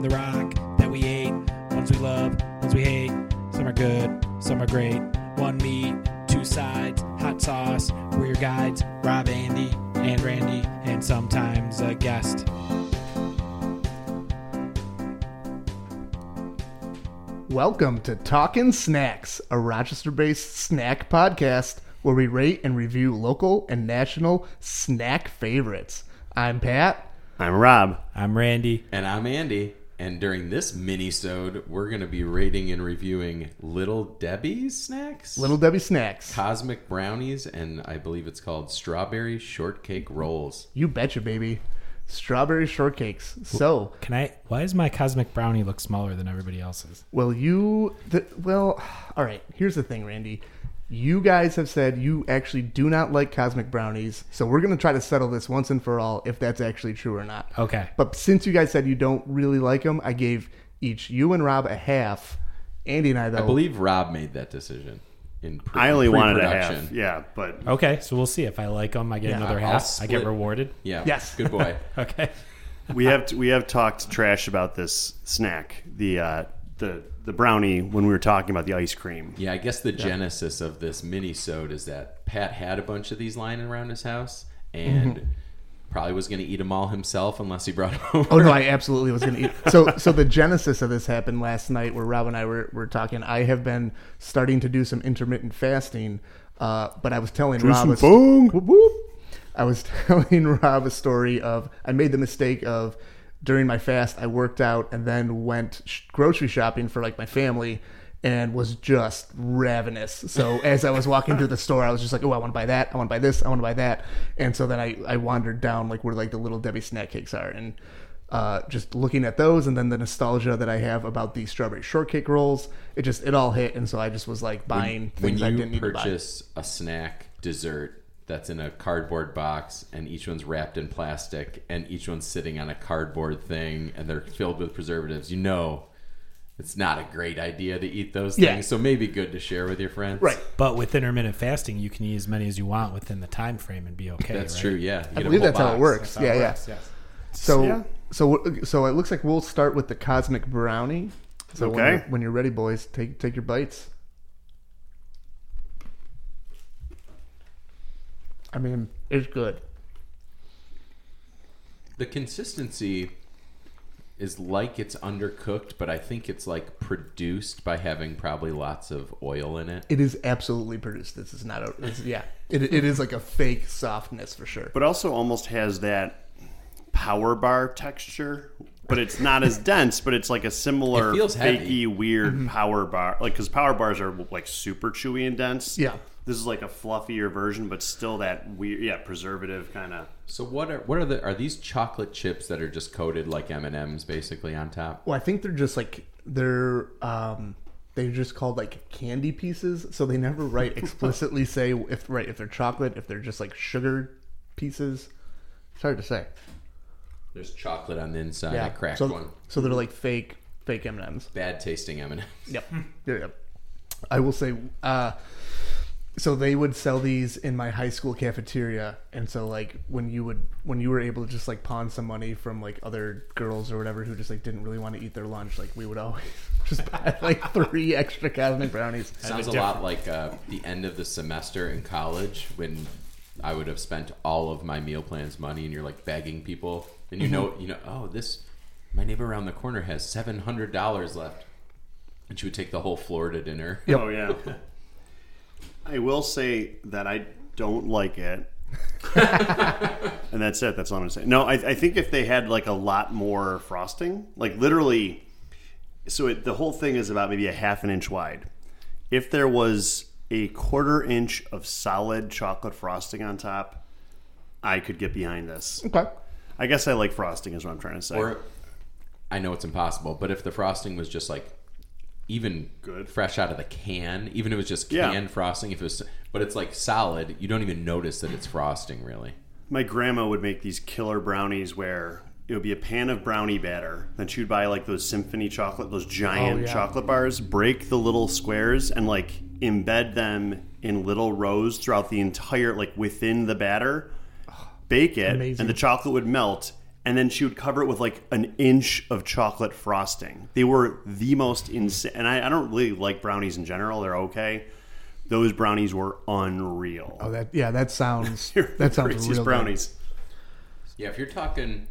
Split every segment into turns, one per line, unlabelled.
the rock that we ate. Ones we love, ones we hate. Some are good, some are great. One meat, two sides, hot sauce. We're your guides, Rob, Andy, and Randy, and sometimes a guest.
Welcome to Talkin' Snacks, a Rochester based snack podcast where we rate and review local and national snack favorites. I'm Pat.
I'm Rob.
I'm Randy.
And I'm Andy. And during this mini-sode, we're going to be rating and reviewing Little Debbie's snacks,
Little Debbie Snacks.
Cosmic Brownies, and I believe it's called Strawberry Shortcake Rolls.
You betcha, baby. Strawberry shortcakes. So,
Can I? Why does my cosmic brownie look smaller than everybody else's?
well, you. The, well, all right. Here's the thing, Randy. You guys have said you actually do not like cosmic brownies, so we're going to try to settle this once and for all if that's actually true or not.
Okay.
But since you guys said you don't really like them, I gave each you and Rob a half. Andy and I though.
I believe Rob made that decision in pre-
I only wanted a
pre-production.
half. Yeah, but
Okay, so we'll see if I like them. I get another
I'll
half. I get
split.
rewarded.
Yeah.
Yes.
Good boy.
Okay.
we have we have talked trash about this snack, the uh, the the brownie when we were talking about the ice cream.
Yeah, I guess the genesis of this mini-sode is that Pat had a bunch of these lying around his house and probably was going to eat them all himself unless he brought them
Oh
over.
no, I absolutely was going to eat. So, so the genesis of this happened last night, where Rob and I were, were talking. I have been starting to do some intermittent fasting, uh, but I was telling Rob, a, st- whoop, whoop. I was telling Rob a story of I made the mistake of during my fast I worked out and then went sh- grocery shopping for like my family and was just ravenous. So as I was walking through the store, I was just like, "Oh, I want to buy that. I want to buy this. I want to buy that." And so then I I wandered down like where like the little Debbie snack cakes are and uh, just looking at those and then the nostalgia that I have about the strawberry shortcake rolls, it just it all hit, and so I just was like buying
when
things I didn't
you
need to buy.
purchase a snack dessert that's in a cardboard box and each one's wrapped in plastic and each one's sitting on a cardboard thing and they're filled with preservatives you know it's not a great idea to eat those
Yeah.
things so maybe good to share with your friends
Right.
But with intermittent fasting, you can eat as many as you want within the time frame and be okay.
that's
right?
true yeah
I believe that's how it works. yeah, yeah.
Yes.
So
Yeah.
so so it looks like we'll start with the cosmic brownie. So when
Okay.
you're, when you're ready, boys, take take your bites. I mean, it's good.
the consistency is like it's undercooked but i think it's like produced by having probably lots of oil in it
It is absolutely produced. This is not a. It's, yeah, it, it is like a fake softness for sure.
But also almost has that power bar texture, but it's not as dense. But it's like a similar
It feels
fakey,
heavy. Mm-hmm.
weird power bar. Like because power bars are like super chewy and dense.
Yeah.
this is like a fluffier version, but still that weird, yeah, preservative kind of.
so what are what are the are these chocolate chips that are just coated like m&ms basically on top
Well, I think they're just like they're um they're just called like candy pieces, so they never write explicitly say if right if they're chocolate, if they're just like sugar pieces. It's hard to say.
There's chocolate on the inside. I cracked
so,
one.
So they're like fake fake M Ms.
Bad tasting M&Ms.
Yep. Yeah, yeah. I will say, uh, so they would sell these in my high school cafeteria, and so like when you would when you were able to just like pawn some money from like other girls or whatever who just like didn't really want to eat their lunch, like we would always just buy like three extra cosmic brownies.
Sounds a lot like uh, the end of the semester in college when I would have spent all of my meal plans money, and you're like begging people, and you know, you know, oh, this my neighbor around the corner has seven hundred dollars left, and she would take the whole floor to dinner.
Oh yeah. I will say that I don't like it. and that's it. That's all I'm saying. No, I, I think if they had like a lot more frosting, like literally, so it, the whole thing is about maybe a half an inch wide. If there was a quarter inch of solid chocolate frosting on top, I could get behind this.
Okay.
I guess I like frosting, is what I'm trying to say.
Or I know it's impossible, but if the frosting was just like even
Good.
fresh out of the can, even if it was just
Yeah.
canned frosting, if it was, but it's like solid, you don't even notice that it's frosting really.
My grandma would make these killer brownies where it would be a pan of brownie batter. Then she would buy like those symphony chocolate, those giant
Oh, yeah.
chocolate bars, break the little squares and like embed them in little rows throughout the entire, like within the batter, bake it,
Amazing.
and the chocolate would melt. and then she would cover it with like an inch of chocolate frosting. They were the most insane. And I, I don't really like brownies in general; they're okay. Those brownies were unreal.
Oh, that yeah, that sounds
They're the
that sounds
craziest
real. good.
brownies.
Yeah, if you're talking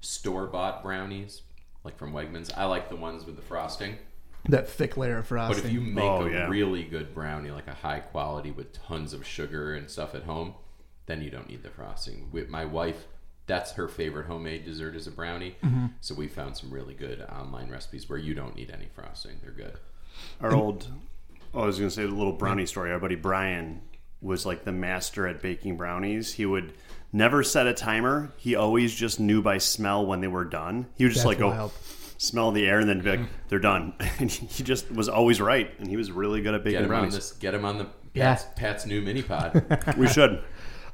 store bought brownies, like from Wegmans, I like the ones with the frosting.
That thick layer of
But
frosting.
if you make
Oh,
a
yeah.
really good brownie, like a high quality with tons of sugar and stuff at home, then you don't need the frosting. With my wife, that's her favorite homemade dessert is a brownie. So we found some really good online recipes where you don't need any frosting. They're good.
Our old, oh, I was going to say the little brownie story. Our buddy Brian was like the master at baking brownies. He would never set a timer. He always just knew by smell when they were done. He would just
That's
like go
wild.
smell the air and then be
Mm-hmm.
like, they're done. And he just was always right. And he was really good at
Get
baking
them on
brownies.
this. Get them on the
Yeah.
Pat's, Pat's new mini pod.
We should.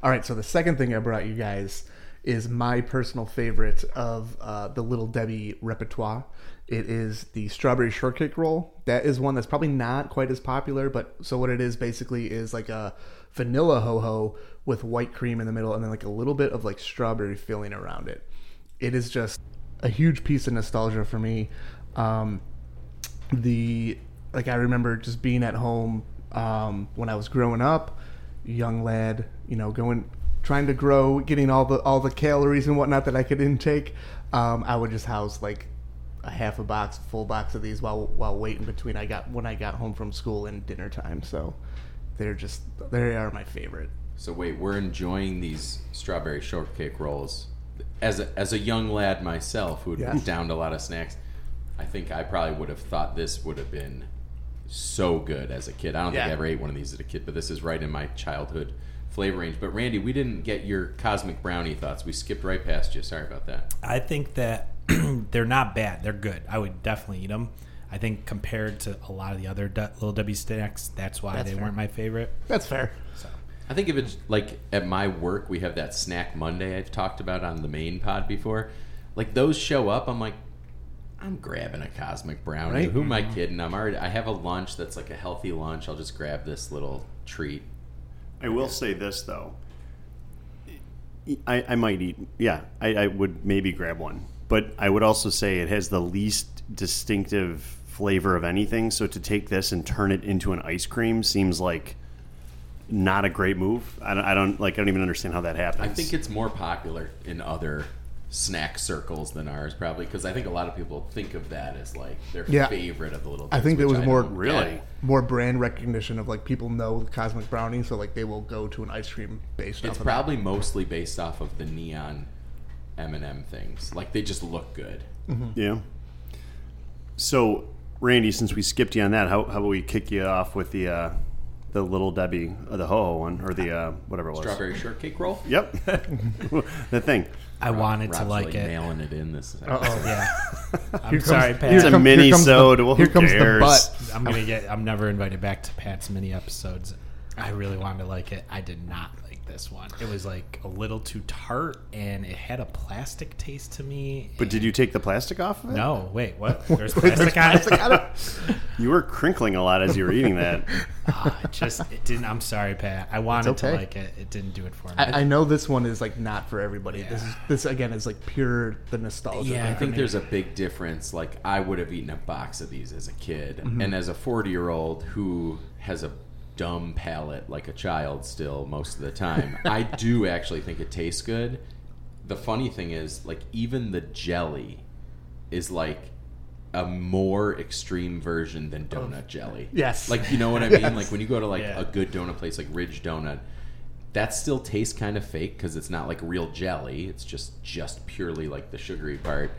All right, so the second thing I brought you guys is my personal favorite of uh, the Little Debbie repertoire. It is the strawberry shortcake roll. That is one that's probably not quite as popular, but so what it is basically is like a vanilla ho ho with white cream in the middle and then like a little bit of like strawberry filling around it. It is just a huge piece of nostalgia for me. Um, the like I remember just being at home um, when I was growing up, young lad, you know, going trying to grow, getting all the all the calories and whatnot that I could intake. Um, I would just house like a half a box, full box of these while while waiting between I got when I got home from school and dinner time. So they're just they are my favorite.
so wait, we're enjoying these strawberry shortcake rolls. As a, as a young lad myself who had
Yes.
downed a lot of snacks, I think I probably would have thought this would have been so good as a kid. I don't think
Yeah.
I ever ate one of these as a kid, but this is right in my childhood flavor range. But Randy, we didn't get your cosmic brownie thoughts. We skipped right past you. Sorry about that.
I think that they're not bad. They're good. I would definitely eat them. I think compared to a lot of the other De- Little Debbie snacks, that's why
That's
they
fair.
weren't my favorite.
That's fair.
I think if it's like at my work, we have that snack Monday I've talked about on the main pod before. Like those show up, I'm like, I'm grabbing a cosmic brownie.
Right? Mm-hmm.
Who am I kidding? I'm already. I have a lunch that's like a healthy lunch. I'll just grab this little treat.
I will say this though. I, I might eat. Yeah, I, I would maybe grab one, but I would also say it has the least distinctive flavor of anything. So to take this and turn it into an ice cream seems like not a great move. I don't, I don't like. I don't even understand how that happens.
I think it's more popular in other snack circles than ours, probably because I think a lot of people think of that as like their
Yeah.
favorite of the little.
I think
things,
it
which
was more-
don't get.
really.
More brand recognition of like people know Cosmic Brownie, so like they will go to an ice cream based
It's
off of that.
probably mostly based off of the neon M and M things. Like they just look good.
Yeah. So, Randy, since we skipped you on that, how, how about we kick you off with the uh, the little Debbie, uh, the ho one, or the uh, whatever it was.
Strawberry shortcake roll.
Yep. the thing.
I wanted to
Rob's
like, it.
nailing it in this.
Uh-oh.
Yeah. I'm
Here comes-
sorry, Pat.
It's
here
a
comes- here
mini
comes the-
sode. Well,
here
who
comes the
cares?
butt.
I'm gonna get. I'm never invited back to Pat's mini episodes. I really wanted to like it. I did not like this one. It was like a little too tart, and it had a plastic taste to me.
But did you take the plastic off of it?
No, wait, what? There's plastic on it.
You were crinkling a lot as you were eating that.
Ah, it just it didn't. I'm sorry, Pat. I wanted
okay.
to like it. It didn't do it for me.
I, I know this one is like not for everybody. This
Yeah.
is this again is like pure the nostalgia.
Yeah, I
thing.
think there's a big difference. Like I would have eaten a box of these as a kid, and as a 40 year old who has a dumb palate like a child still most of the time, I do actually think it tastes good. The funny thing is, like even the jelly is like a more extreme version than donut jelly.
Yes.
Like you know what I mean? Like when you go to like
Yeah.
a good donut place like Ridge Donut, that still tastes kind of fake because it's not like real jelly. It's just just purely like the sugary part.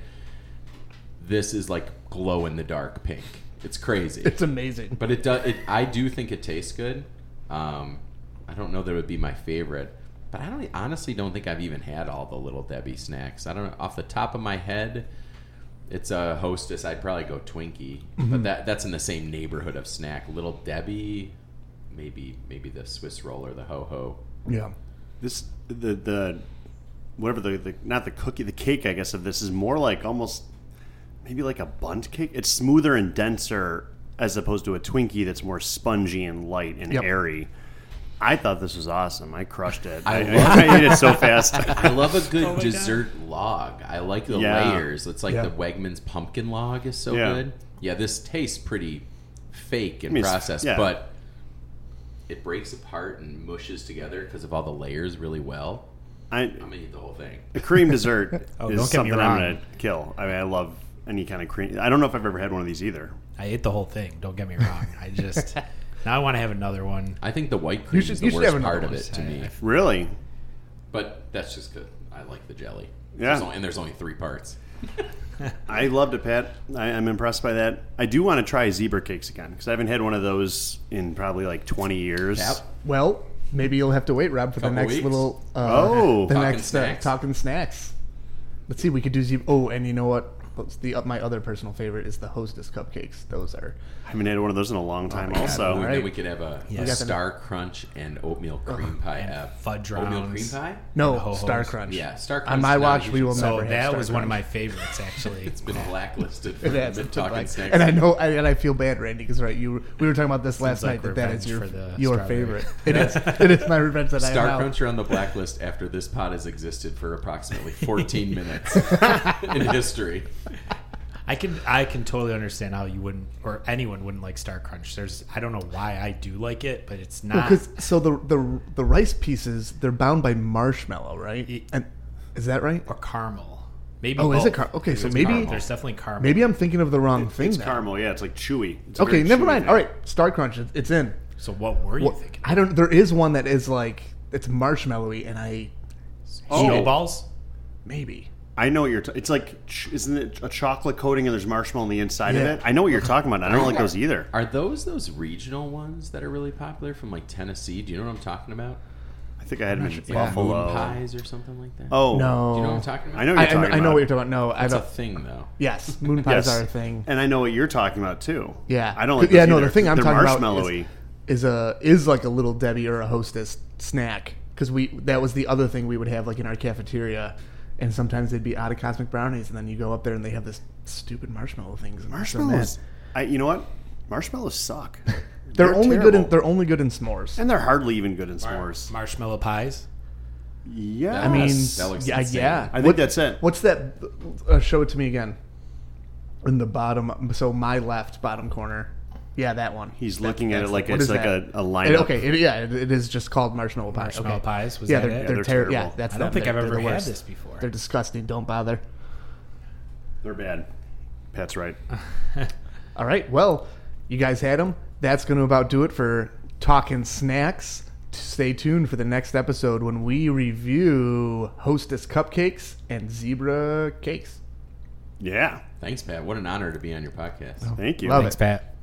This is like glow in the dark pink. It's crazy,
it's amazing.
but it does. It, I do think it tastes good. Um, I don't know that it would be my favorite, but I don't honestly don't think I've even had all the little Debbie snacks. I don't know off the top of my head. It's a hostess. I'd probably go Twinkie, but that that's in the same neighborhood of snack. Little Debbie, maybe maybe the Swiss roll or the ho ho.
Yeah,
This the the whatever the, the not the cookie the cake I guess of this is more like almost maybe like a bunt cake. It's smoother and denser as opposed to a Twinkie that's more spongy and light and
Yep.
airy. I thought this was awesome. I crushed it.
I
I,
love-
I ate it so fast.
I love a good
Oh my God.
dessert log. I like the
Yeah.
layers. It's like
Yeah.
the Wegmans pumpkin log is so
Yeah.
good. Yeah, this tastes pretty fake and
mean, it's-
processed,
yeah.
but it breaks apart and mushes together because of all the layers really well.
I,
I'm gonna eat the whole thing.
a cream dessert
Oh,
is
don't get me
something I'm
wrong.
gonna kill. I mean, I love any kind of cream. I don't know if I've ever had one of these either.
I ate the whole thing. Don't get me wrong. I just now I want to have another one.
I think the white cream
should-
is the
you should have
worst
another
part of
one.
it to me.
Really?
But that's just good. I like the jelly.
Yeah.
There's only- and there's only three parts.
I loved it, Pat. I, I'm impressed by that. I do want to try zebra cakes again because I haven't had one of those in probably like 20 years.
Yep.
Well, maybe you'll have to wait, Rob, for the
Couple
next
weeks.
little. Uh,
Oh.
the
Talking
next uh,
snacks.
talking snacks. Let's see, we could do zebra. Oh, and you know what? What's The uh, my other personal favorite is the Hostess cupcakes. Those are
I haven't had one of those in a long time.
Oh,
also,
and
right.
then we could have a,
Yeah.
a star crunch and oatmeal cream pie.
and
uh,
fudge
oatmeal
rounds.
cream pie.
And
no
ho-hos.
Star Crunch.
Yeah, star crunch.
On my
is not
watch, we
usually
will
something
never
So
have
that
Star
was one of
Crunch.
my favorites, actually.
It's been blacklisted for
It has
the
been
talking
like-
snacks.
and I know, I, and I feel bad, Randy, because right, you were- we were talking about this last
like
night. That that is
revenge
your
for the
your
strawberry.
favorite. It is, it is my revenge that I
Star
am now.
Cruncher on the blacklist after this pod has existed for approximately 14 minutes in history.
I can I can totally understand how you wouldn't or anyone wouldn't like Star Crunch. There's I don't know why I do like it, but it's
Ah.
not.
Because so the the the rice pieces they're bound by marshmallow, right? And is that right?
or caramel. Maybe.
Oh, is it
both.
car- okay, so
It's
maybe-
caramel. there's definitely caramel.
Maybe I'm thinking of the wrong thing.
it's
then.
caramel. Yeah, it's like chewy. It's a
Okay,
very
never
chewy
mind.
thing.
All right, Star Crunch, it- it's in.
So what were you
Well,
thinking?
I don't. There is one that is like it's marshmallowy, and I
Oh,
Snowballs.
maybe
I know what you're. T- it's like, ch- isn't it a chocolate coating and there's marshmallow on the inside
Yeah.
of it? I know what you're talking about. I don't like those either.
Are those those regional ones that are really popular from like Tennessee? Do you know what I'm talking about?
I think I had them in
Like
Buffalo.
moon pies or something like that.
no.
Oh
do you know what I'm talking about?
I know what
I,
you're
I know-
talking
I know
about.
what you're talking about. No, I
It's a
don't.
thing though.
Yes, moon pies
Yes.
are a thing.
and I know what you're talking about too.
Yeah,
I don't like.
Yeah,
those
no.
either.
The thing I'm
They're
talking about
marshmallowy.
is, is a is like a little Debbie or a Hostess snack because we that was the other thing we would have like in our cafeteria, and sometimes they'd be out of cosmic brownies, and then you go up there and they have this stupid marshmallow things. and I'm so mad.
marshmallows. I, you know what? Marshmallows suck.
They're, only good. In,
terrible.
they're only good in s'mores.
and they're hardly even good in s'mores.
Marshmallow pies.
yeah,
I
I mean,
Yes, that looks
yeah,
insane.
yeah.
I think that's it.
What's that? Uh, show it to me again. In the bottom, so my left bottom corner. Yeah, that one.
He's looking at it
that's-
like
what
it's
is
like a,
that?
a
It-
lineup.
okay, it, yeah, it, it is just called marshmallow pie.
Marshmallow
okay.
pies, was
yeah,
that
they're,
it?
they're,
They're
terrible. Yeah,
terrible.
that's
I don't
them.
think
They're-
I've
they're
ever
the
had
worst.
this before.
They're disgusting. Don't bother.
they're bad. Pat's right.
All right. Well, you guys had them. That's going to about do it for talking snacks. Stay tuned for the next episode when we review Hostess cupcakes and zebra cakes.
Yeah,
Thanks, Pat. What an honor to be on your podcast.
thank you.
Love it.
Thanks, Pat.